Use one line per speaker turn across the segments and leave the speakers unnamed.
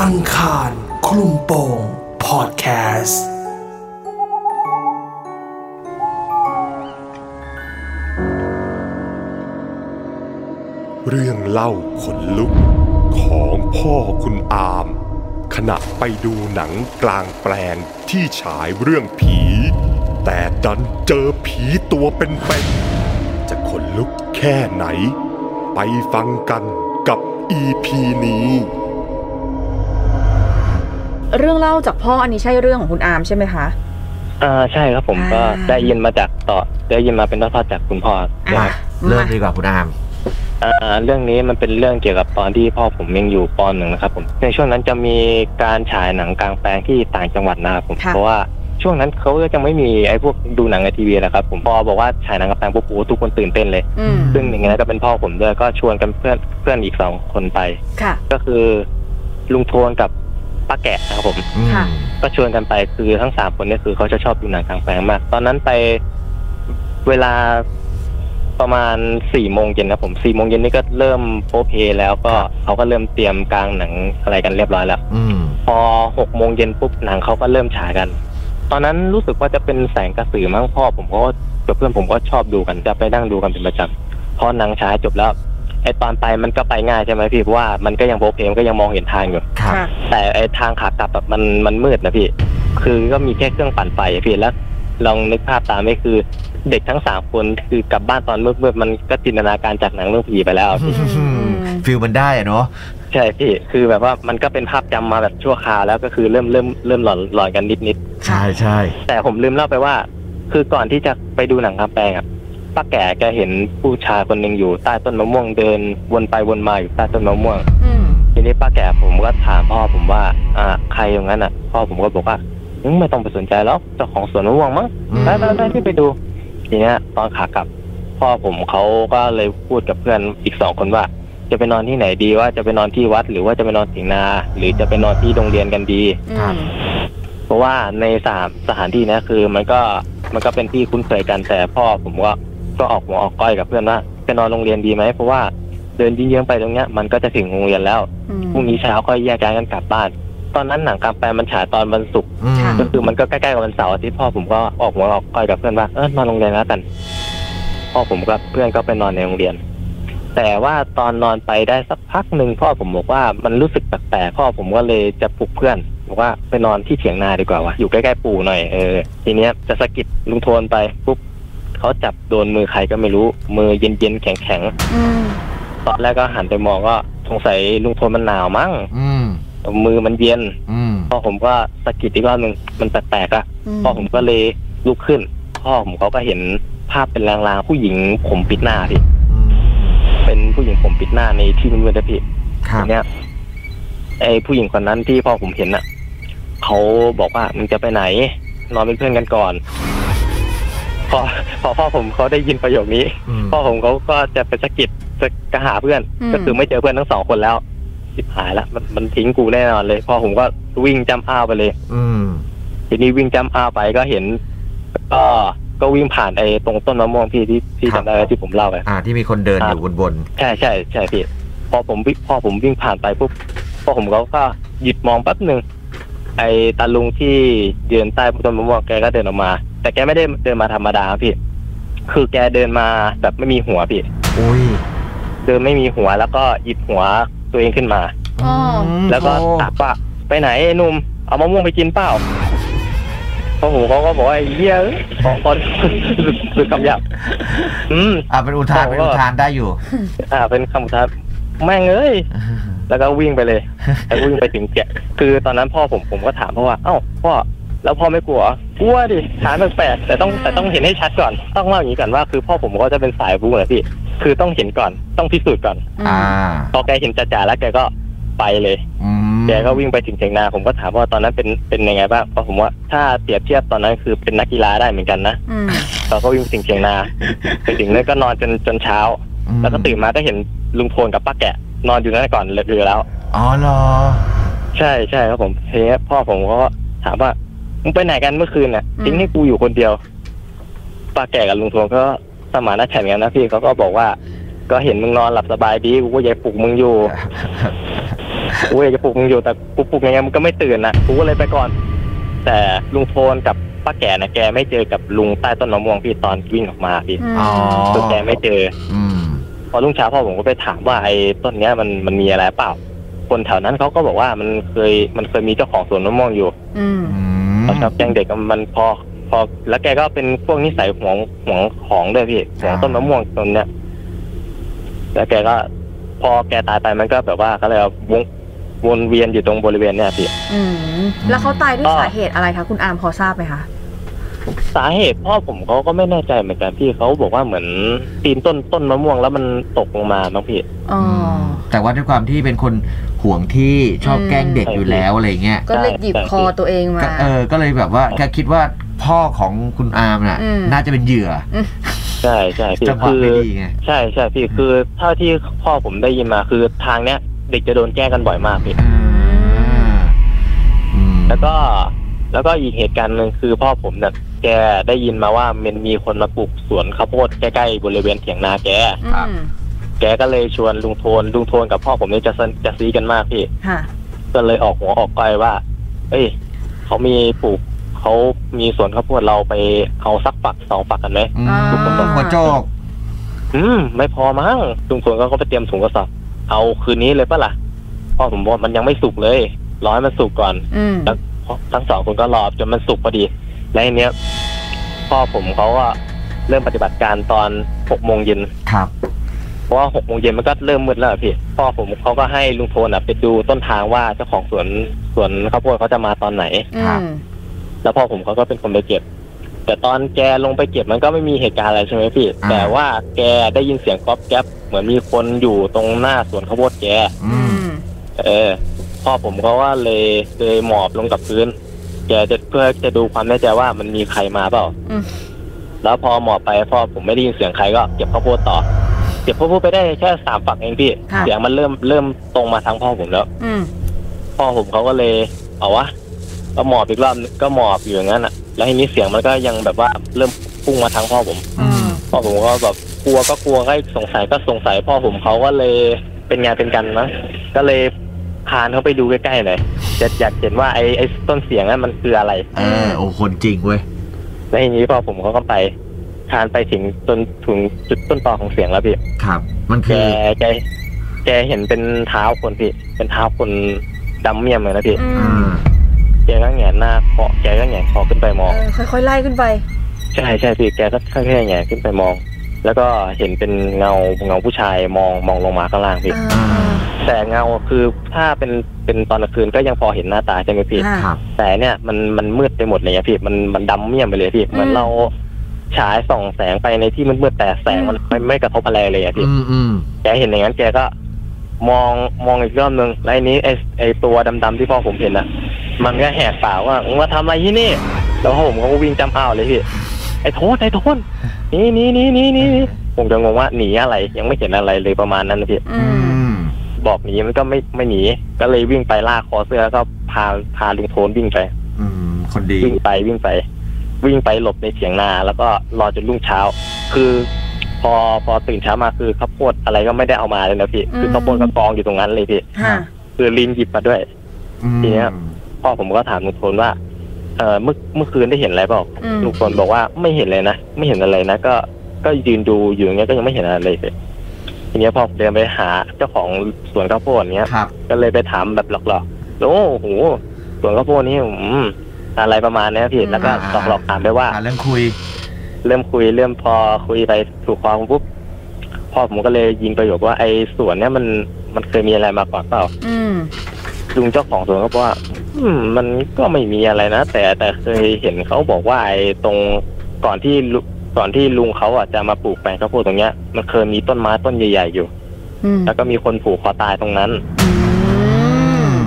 อังคารคลุมโปงพอดแคสต์
เรื่องเล่าขนลุกของพ่อคุณอาม ขณะไปดูหนังกลางแปลงที่ฉายเรื่องผี แต่ดันเจอผีตัวเป็นๆจะขนลุกแค่ไหน ไปฟังกันกับ EP นี้
เรื่องเล่าจากพ่ออันนี้ใช่เรื่องของคุณอาร์มใช่ไหมคะ
อ่าใช่ครับผมก็
อ่า
ได้ยินมาจากต่อได้ยินมาเป็นทอดๆจากคุณพ่อ
อ่ะ
ครับ
เริ่ม
มา
ดีกว่าคุณอาม
อ่าเรื่องนี้มันเป็นเรื่องเกี่ยวกับตอนที่พ่อผมยังอยู่ปหนึ่งนะครับผมในช่วงนั้นจะมีการฉายหนังกลางแปลงที่ต่างจังหวัดนะครับผมเพราะว่าช่วงนั้นเขาก็จะไม่มีไอ้พวกดูหนังในทีวีนะครับผมพอบอกว่าฉายหนังกลางแปลงปุ๊บโอ้โหทุกคนตื่นเต้นเลย
อืม
ซึ่งหนึ่งในนั้นก็เป็นพ่อผมด้วยก็ชวนกันเพื่อนเพื่อนอีกสองคนไป
ค่ะ
ก็คือลุงโทนกับป้าแกะนะครับผม
อืม
ค่ะ
ก็ชวนกันไปคือทั้งสามคนเนี่ยคือเขาจะชอบดูหนังกลางแปลงมาก ตอนนั้นไปเวลาประมาณสี่โมงเย็นนะผมสี่โมงเย็นนี่ก็เริ่มโพเพแล้วก็เขาก็เริ่มเตรียมกลางหนังอะไรกันเรียบร้อยแล้ว
อืม
พอหกโมงเย็นปุ๊บหนังเขาก็เริ่มฉายกัน ตอนนั้นรู้สึกว่าจะเป็นแสงกระสือมั้งพ่อผมก็กับเพื่อนผมก็ชอบดูกันจะไปนั่งดูกันเป็นประจำพอหนังฉายจบแล้วไอตอนไปมันก็ไปง่ายใช่ไหมพี่เพราะว่ามันก็ยังโพเพมันก็ยังมองเห็นทางอยู่
ครับ
ค่ะ
แต่ไอทางขากลับแบบมันมันมืดนะพี่ คือก็มีแค่เครื่องปั่นไฟอะพี่แล้วลองนึกภาพตามไม่คือเด็กทั้งสามคนคือกลับบ้านตอนมืดๆมันก็จินตนาการจากหนังเรื่องผีไปแล้วอะพี่
อืม
ฟิลมันได้อะเนาะ
ใช่พี่คือแบบว่ามันก็เป็นภาพจำมาแบบชั่วคราวแล้วก็คือเริ่มเริ่มเริ่มหลอนหลอนกันนิด
ใช่ใช่
ๆแต่ผมลืมเล่าไปว่า คือก่อนที่จะไปดูหนังกลางแปลงอะป้าแก่แกเห็นผู้ชายคนหนึ่งอยู่ใต้ต้นมะม่วงเดิน วนไปวนมาอยู่ใต้ต้นมะม่วง
อืม
ทีนี้ป้าแก่ผมก็ถามพ่อผมว่า อ่า ใครอย่างนั้นอ่ะ พ่อผมก็บอกว่าอืมไม่ต้องไปสนใจแล้วเจ้าของสวนมะม่วงมั้ง
อืม
ไปไปไปที่ไปดู ทีเนี้ย ตอนขากลับ พ่อผมเขาก็เลยพูดกับเพื่อนอีกสองคนว่า จะไปนอนที่ไหนดีว่าจะไปนอนที่วัด หรือว่าจะไปนอนเถียงนา หรือจะไปนอนที่โรงเรียนกันดี
ครับ
เพราะว่าในสามสถานที่เนี้ยคือมันก็มันก็เป็นที่คุ้นเคยกันแต่พ่อผมก็ก็ออกหัวออกก้อยกับเพื่อนว่าไปนอนโรงเรียนดีไหมเพราะว่าเดินยิ่งเยื้องไปตรงเนี้ยมันก็จะถึงโรงเรียนแล้ว
อืม
พรุ่งนี้เช้าก็แยกย้ายกันกลับบ้าน ตอนนั้นหนังกลางแปลงมันฉายตอนวันศุกร์
อืม
ค่ะ
ก็คือมันก็ใกล้ๆกับวันเสาร์อาทิตย์พ่อผมก็ออกหัวออกก้อยกับเพื่อนว่า เออมาโรงเรียนแล้วกัน พ่อผมกับเพื่อนก็ไปนอนในโรงเรียน แต่ว่าตอนนอนไปได้สักพักหนึ่งพ่อผมบอกว่ามันรู้สึกแปลกๆพ่อผมก็เลยจะปลุกเพื่อนบอกว่าไปนอนที่เถียงนาดีกว่าวะอยู่ใกล้ๆปู่หน่อยเออทีเนี้ยจะสะกิดลุงโทนไปปุ๊บเขาจับโดนมือใครก็ไม่รู้มือเย็นๆแข็ง
อืม
ๆตอนแรกก็หันไปมองก็สงสัยลุงโทนมันหนาวมั้ง
อืม
มือมันเย็น
อืม
พ่อผมก็สะกิดอีกรอบหนึ่งมันแปลกๆอะ
อืม
พ่อผมก็เลยลุกขึ้น พ่อผมเขาก็เห็นภาพเป็นลางๆผู้หญิงผมปิดหน้าพี่
อืม
เป็นผู้หญิงผมปิดหน้าในที่มืดๆนะพี่
ครับ
ทีเนี้ยไอ้ผู้หญิงคนนั้นที่พ่อผมเห็นอะเขาบอกว่ามึงจะไปไหน นอนเป็นเพื่อนกันก่อน พอพอพ่อผมเขาได้ยินประโยคนี้
อืม
พ่อผมเขาก็จะไปสะกิดจะกระหาเพื่อน ก็คือไม่เจอเพื่อนทั้งสองคนแล้วสิบหายละมันมันทิ้งกูแน่นอนเลยพ่อผมก็วิ่งจำอ้าวไปเลย
อืม
ทีนี้วิ่งจำอาไปก็เห็น ก็ก็วิ่งผ่านไอ้ตรงต้นมะม่วงพี่ที่ที่จำได้ไหมที่ผมเล่าไป
อ่าที่มีคนเดิน
ครั
อบ ยู่บนบน
ใช่ใช่ใช่พี่พอผมวิ่งพอผมวิ่งผ่านไปปุ๊บพอผมเขาก็หยุดมองแป๊บหนึ่งไอ้ตาลุงที่ยืนใต้ต้นมะม่วงแกก็เดินออกมา แต่แกไม่ได้เดินมาธรรมดาพี่ คือแกเดินมาแบบไม่มีหัวพี่
ๆอุ้ย
เดินไม่มีหัวแล้วก็หยิบหัวตัวเองขึ้นมา
อ๋ออื
ม
แล้วก็
โอ้
ถามว่าไปไหนไอ้หนุ่มเอามะม่วงไปกินเปล่าพ่อผมเขาก็บอกว่าไอ้เหี้ยเอ้ยของคน สุดคำหยาบอืม
อ่าเป็นอุทาน
โอ้
เป็นอุทานได้อยู่
อ่า เป็นคำอุทานแม่งเอ้ยแล้วก็วิ่งไปเลยแล้ววิ่งไปถึงแกะคือตอนนั้นพ่อผมผมก็ถามพ่อว่า เอ้าพ่อแล้วพ่อไม่กลัวเหรอกลัวดิถามแปลกๆแต่ต้องแต่ต้องเห็นให้ชัดก่อน ต้องเล่าอย่างนี้ก่อนว่าคือพ่อผมก็จะเป็นสายบู๊นะพี่ คือต้องเห็นก่อนต้องพิสูจน์ก่อน
อ่า
พอแกเห็นจ่าๆแล้วแกก็ไปเลย
อืม
แกก็วิ่งไปถึงเถียงนาผมก็ถามว่าตอนนั้นเป็นเป็นยังไงบ้างเพราะผมว่าถ้าเปรียบเทียบตอนนั้นคือเป็นนักกีฬาได้เหมือนกันนะ
อืม
เราก็วิ่งไปถึงเถียงนา ไปถึงนั่นก็นอนจนจนเช้า
อื
แล้วก็ตื่นมาก็เห็นลุงโพนกับป้าแกะ นอนอยู่นั่นก่อนเลยอยู่แล้ว
อ๋อเหรอ
ใช่ใช่ครับผมทีนี้พ่อผมก็ถามว่ามึงไปไหนกันเมื่อคืนน่ะ
อืม
ทิ้งให้กูอยู่คนเดียวป้าแกะกับลุงโพนก็สมานฉันท์กันนะพี่เขาก็บอกว่า ก็เห็นมึงนอนหลับสบายดีกูก็อยากปลุกมึงอยู่ กูอยากจะปลุกมึงอยู่แต่กูปลุกยังไงมึงก็ไม่ตื่นนะกูก็เลยไปก่อน แต่ลุงโทนกับป้าแก่นะแกไม่เจอกับลุงใต้ต้นมะม่วงพี่ตอนวิ่งออกมาพี่
ม
อ๋อ
คือแกไม่เจอ
อืม
พอรุ่งเช้าพ่อผมก็ไปถามว่าไอ้ต้นเนี้ยมันมันมีอะไรเปล่า คนแถวนั้นเขาก็บอกว่ามันเคยมันเคยมีเจ้าของสวนมะม่วงอยู่
อืม
อืม
เขาชอบแกล้งเด็กอะมันพอพอ แล้วแกก็เป็นพวกนิสัยหวงหวงของด้วยพี่หวงต้นมะม่วงต้นเนี้ยแล้วแกก็พอแกตายไปมันก็แบบว่าเขาเลยกว่าวงวนเวียนอยู่ตรงบริเวณเนี้ยพี่
อืม แล้วเขาตายด้วย
อ่า
สาเหตุอะไรคะคุณอามพอทราบไหมคะ
สาเหตุพ่อผมเขาก็ไม่แน่ใจเหมือนกันพี่เขาบอกว่าเหมือนปีนต้นต้นมะม่วงแล้วมันตกลงมาน้องพี่
อ๋ออ
มแต่ว่าด้วยความที่เป็นคนห่วงที่ชอบ
อืม
แกล้งเด็กอยู่แล้วอะไรเงี้ย
ก็เลยหยิบคอตัวเองมา
ก็เออ ก็เลยแบบว่าก็คิดว่าพ่อของคุณอาร์มน่ะ
อืม
น่าจะเป็นเหยื่อ
ใช่ใช่พี่
จังหวะ
คือ
ไม่ดีไง
ใช่ใช่พี่คือเท่าที่พ่อผมได้ยินมาคือทางเนี้ย เด็กจะโดนแกล้งกันบ่อยมากพี่
อ่าอืม
แล้วก็แล้วก็อีกเหตุการณ์หนึ่งคือพ่อผมเนี่ยแกได้ยินมาว่ามันมีคนมาปลูกสวนข้าวโพดใกล้ๆบริเวณเถียงนาแก
อืม
แกก็เลยชวนลุงโทนลุงโทนกับพ่อผมเนี่ยจะสนจะซีกันมากพี่
ค่ะ
ก็เลยออกหัวออกก้อยว่า เอ้ยเขามีปลูกเขามีสวนข้าวโพดเราไปเอาสักฝักสองฝักกันไหม
อืม
อ่า
หัวโจก
อืม ไม่พอมั้งลุงสวนก็ไปเตรียมถุงกระสอบเอาคืนนี้เลยปะล่ะพ่อผมบอกมันยังไม่สุกเลย รอให้มันสุกก่อน
อืม
แล้วทั้งสองคนก็รอจนมันสุกพอดี และทีเนี้ยพ่อผมเขาก็เริ่มปฏิบัติการตอนหกโมงเย็น
ครับ
เพราะว่าหกโมงเย็นมันก็เริ่มมืดแล้วอะพี่พ่อผมเขาก็ให้ลุงโทนอะไปดูต้นทางว่าเจ้าของสวนสวนข้าวโพดเขาจะมาตอนไหน
อืม
แล้วพ่อผมเขาก็เป็นคนไปเก็บ แต่ตอนแกลงไปเก็บมันก็ไม่มีเหตุการณ์อะไรใช่ไหมพี่
อ่า
แต่ว่าแกได้ยินเสียงก๊อบแก๊บเหมือนมีคนอยู่ตรงหน้าสวนข้าวโพดแก
อื
อื
ม
ม
เออ พ่อผมเขาว่าเลยเลยหมอบลงกับพื้น แกจะเพื่อจะดูความแน่ใจว่ามันมีใครมาเปล่า
อืม
แล้วพอหมอบไปพ่อผมไม่ได้ยินเสียงใครก็เก็บข้าวโพดต่อ เก็บข้าวโพดไปได้แค่สามฝักเองพี่
ครับ
เสียงมันเริ่มเริ่มตรงมาทางพ่อผมแล้ว
อืม
พ่อผมเขาก็เลยเอาวะก็หมอบอีกรอบนึงก็หมอบอยู่อย่างนั้นอ่ะ แล้วทีนี้เสียงมันก็ยังแบบว่าเริ่มพุ่งมาทางพ่อผม
อืม
พ่อผมก็แบบกลัวก็กลัวก็สงสัยก็สงสัย พ่อผมเขาก็เลยเป็นงานเป็นกันนะก็เลยพานเขาไปดูใกล้ๆหน่อยจะอยากเห็นว่าไอ้ไอ้ต้นเสียงนั้นมันคืออะไร
เออ โอ้ คนจริงเว้ย
แล้วทีนี้พ่อผมเขาก็ไปพานไปถึงจนถึงจุดต้นตอของเสียงแล้วพี่
ครับ มัน
แก
คือ
แกแกเห็นเป็นเท้าคนพี่ เป็นเท้าคนดำเมียมเลยนะพี่
อื
อื
ม
ม
แกก็แหงนหน้าเคาะแกก็แหงนคอขึ้นไปมอง
เออค่อยๆ ไล่ขึ้นไป
ใช่ใช่พี่แกก็ค่อยๆแหงนขึ้นไปมอง แล้วก็เห็นเป็นเงาเงาผู้ชายมองมองลงมาข้างล่างพี่
อ่า
แต่เงาคือถ้าเป็นเป็นตอนกลางคืนก็ยังพอเห็นหน้าตาใช่ไหมพี่
อ่า
ครับ
แต่เนี่ยมันมันมืดไปหมดเลยอะพี่มันมันดำเมี่ยมไปเลยพี่เหมือน
อืม
เราฉายส่องแสงไปในที่มืดๆแต่แสงมันไม่ไม่กระทบอะไรเลยอะพี่
อืมอืม
แกเห็นอย่างนั้นแกก็มองมองอีกรอบหนึ่งแล้วไอ้นี้ไอ้ไอ้ตัวดำๆที่พ่อผมเห็นน่ะ มันก็แหกปากว่ามึงมาทำอะไรที่นี่ แล้วพ่อผมก็วิ่งจำเอาวเลยพี่ไอ้โทษไอ้โทษหนี่นี่นี่นี่นี่ผมจะงงว่าหนีอะไร ยังไม่เห็นอะไรเลยประมาณนั้นนะพี่
อื
อื
ม
ม
บอกหนีมันก็ไม่ไม่หนี ก็เลยวิ่งไปลากคอเสื้อแล้วก็พาพาลุงโทนวิ่งไป
อืม คนดี
วิ่งไปวิ่งไป วิ่งไปหลบในเถียงนา แล้วก็รอจนรุ่งเช้า คือ พอพอตื่นเช้ามาคือข้าวโพดอะไรก็ไม่ได้เอามาเลยนะพี่ คื
อื
อ
ม
ข้าวโพดก็กองอยู่ตรงนั้นเลยพี่
ค่ะ
คือลินหยิบมาด้วย
อืม
ทีเนี้ย พ่อผมก็ถามลุงโทนว่า เออเมื่อเมื่อคืนได้เห็นอะไรเปล่า
อืม
ลุงโทนบอกว่าไม่เห็นเลยนะไม่เห็นอะไรนะก็ก็ยืนดูอยู่อย่างเงี้ยก็ยังไม่เห็นอะไรเลยพี่ทีเนี้ยพ่อเดินไปหาเจ้าของสวนข้าวโพดเนี้ย
ครับ
ก็เลยไปถามแบบหลอกๆโอ้โหสวนข้าวโพดนี่อืมอะไรประมาณเนี้ยพี่แล้วก็
อ่า
หลอกๆถามไปว่า
อ่าเรื่องคุย
เริ่มคุยเริ่มพอคุยไปถูกความปุ๊บพ่อผมก็เลยยิงประโยคว่าไอ้สวนเนี่ยมันมันเคยมีอะไรมาก่อนเปล่า
อืม
ลุงเจ้าของสวนก็บอกว่า อืม มันก็ไม่มีอะไรนะแต่แต่เคยเห็นเขาบอกว่าไอ้ตรงก่อนที่ลุก่อนที่ลุงเขาอ่ะจะมาปลูกแปลงข้าวโพดตรงเนี้ยมันเคยมีต้นไม้ต้นใหญ่ๆอยู่
อืม
แล้วก็มีคนผูกคอตายตรงนั้น
อืม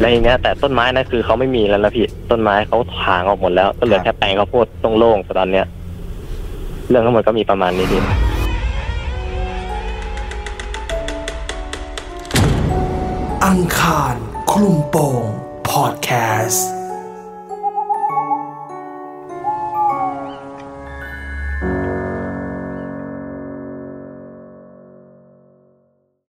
แล้วอย่างเงี้ยแต่ต้นไม้นั่นคือเขาไม่มีแล้วนะพี่ต้นไม้เขาถางออกหมดแล้วก็เหลือแค่แปลงข้าวโพดตรงโล่งๆแต่ตอนเนี้ยเรื่องทั้งหมดก็มีประมาณนี้พี่
อังคารคลุมโปงพอดแคสต์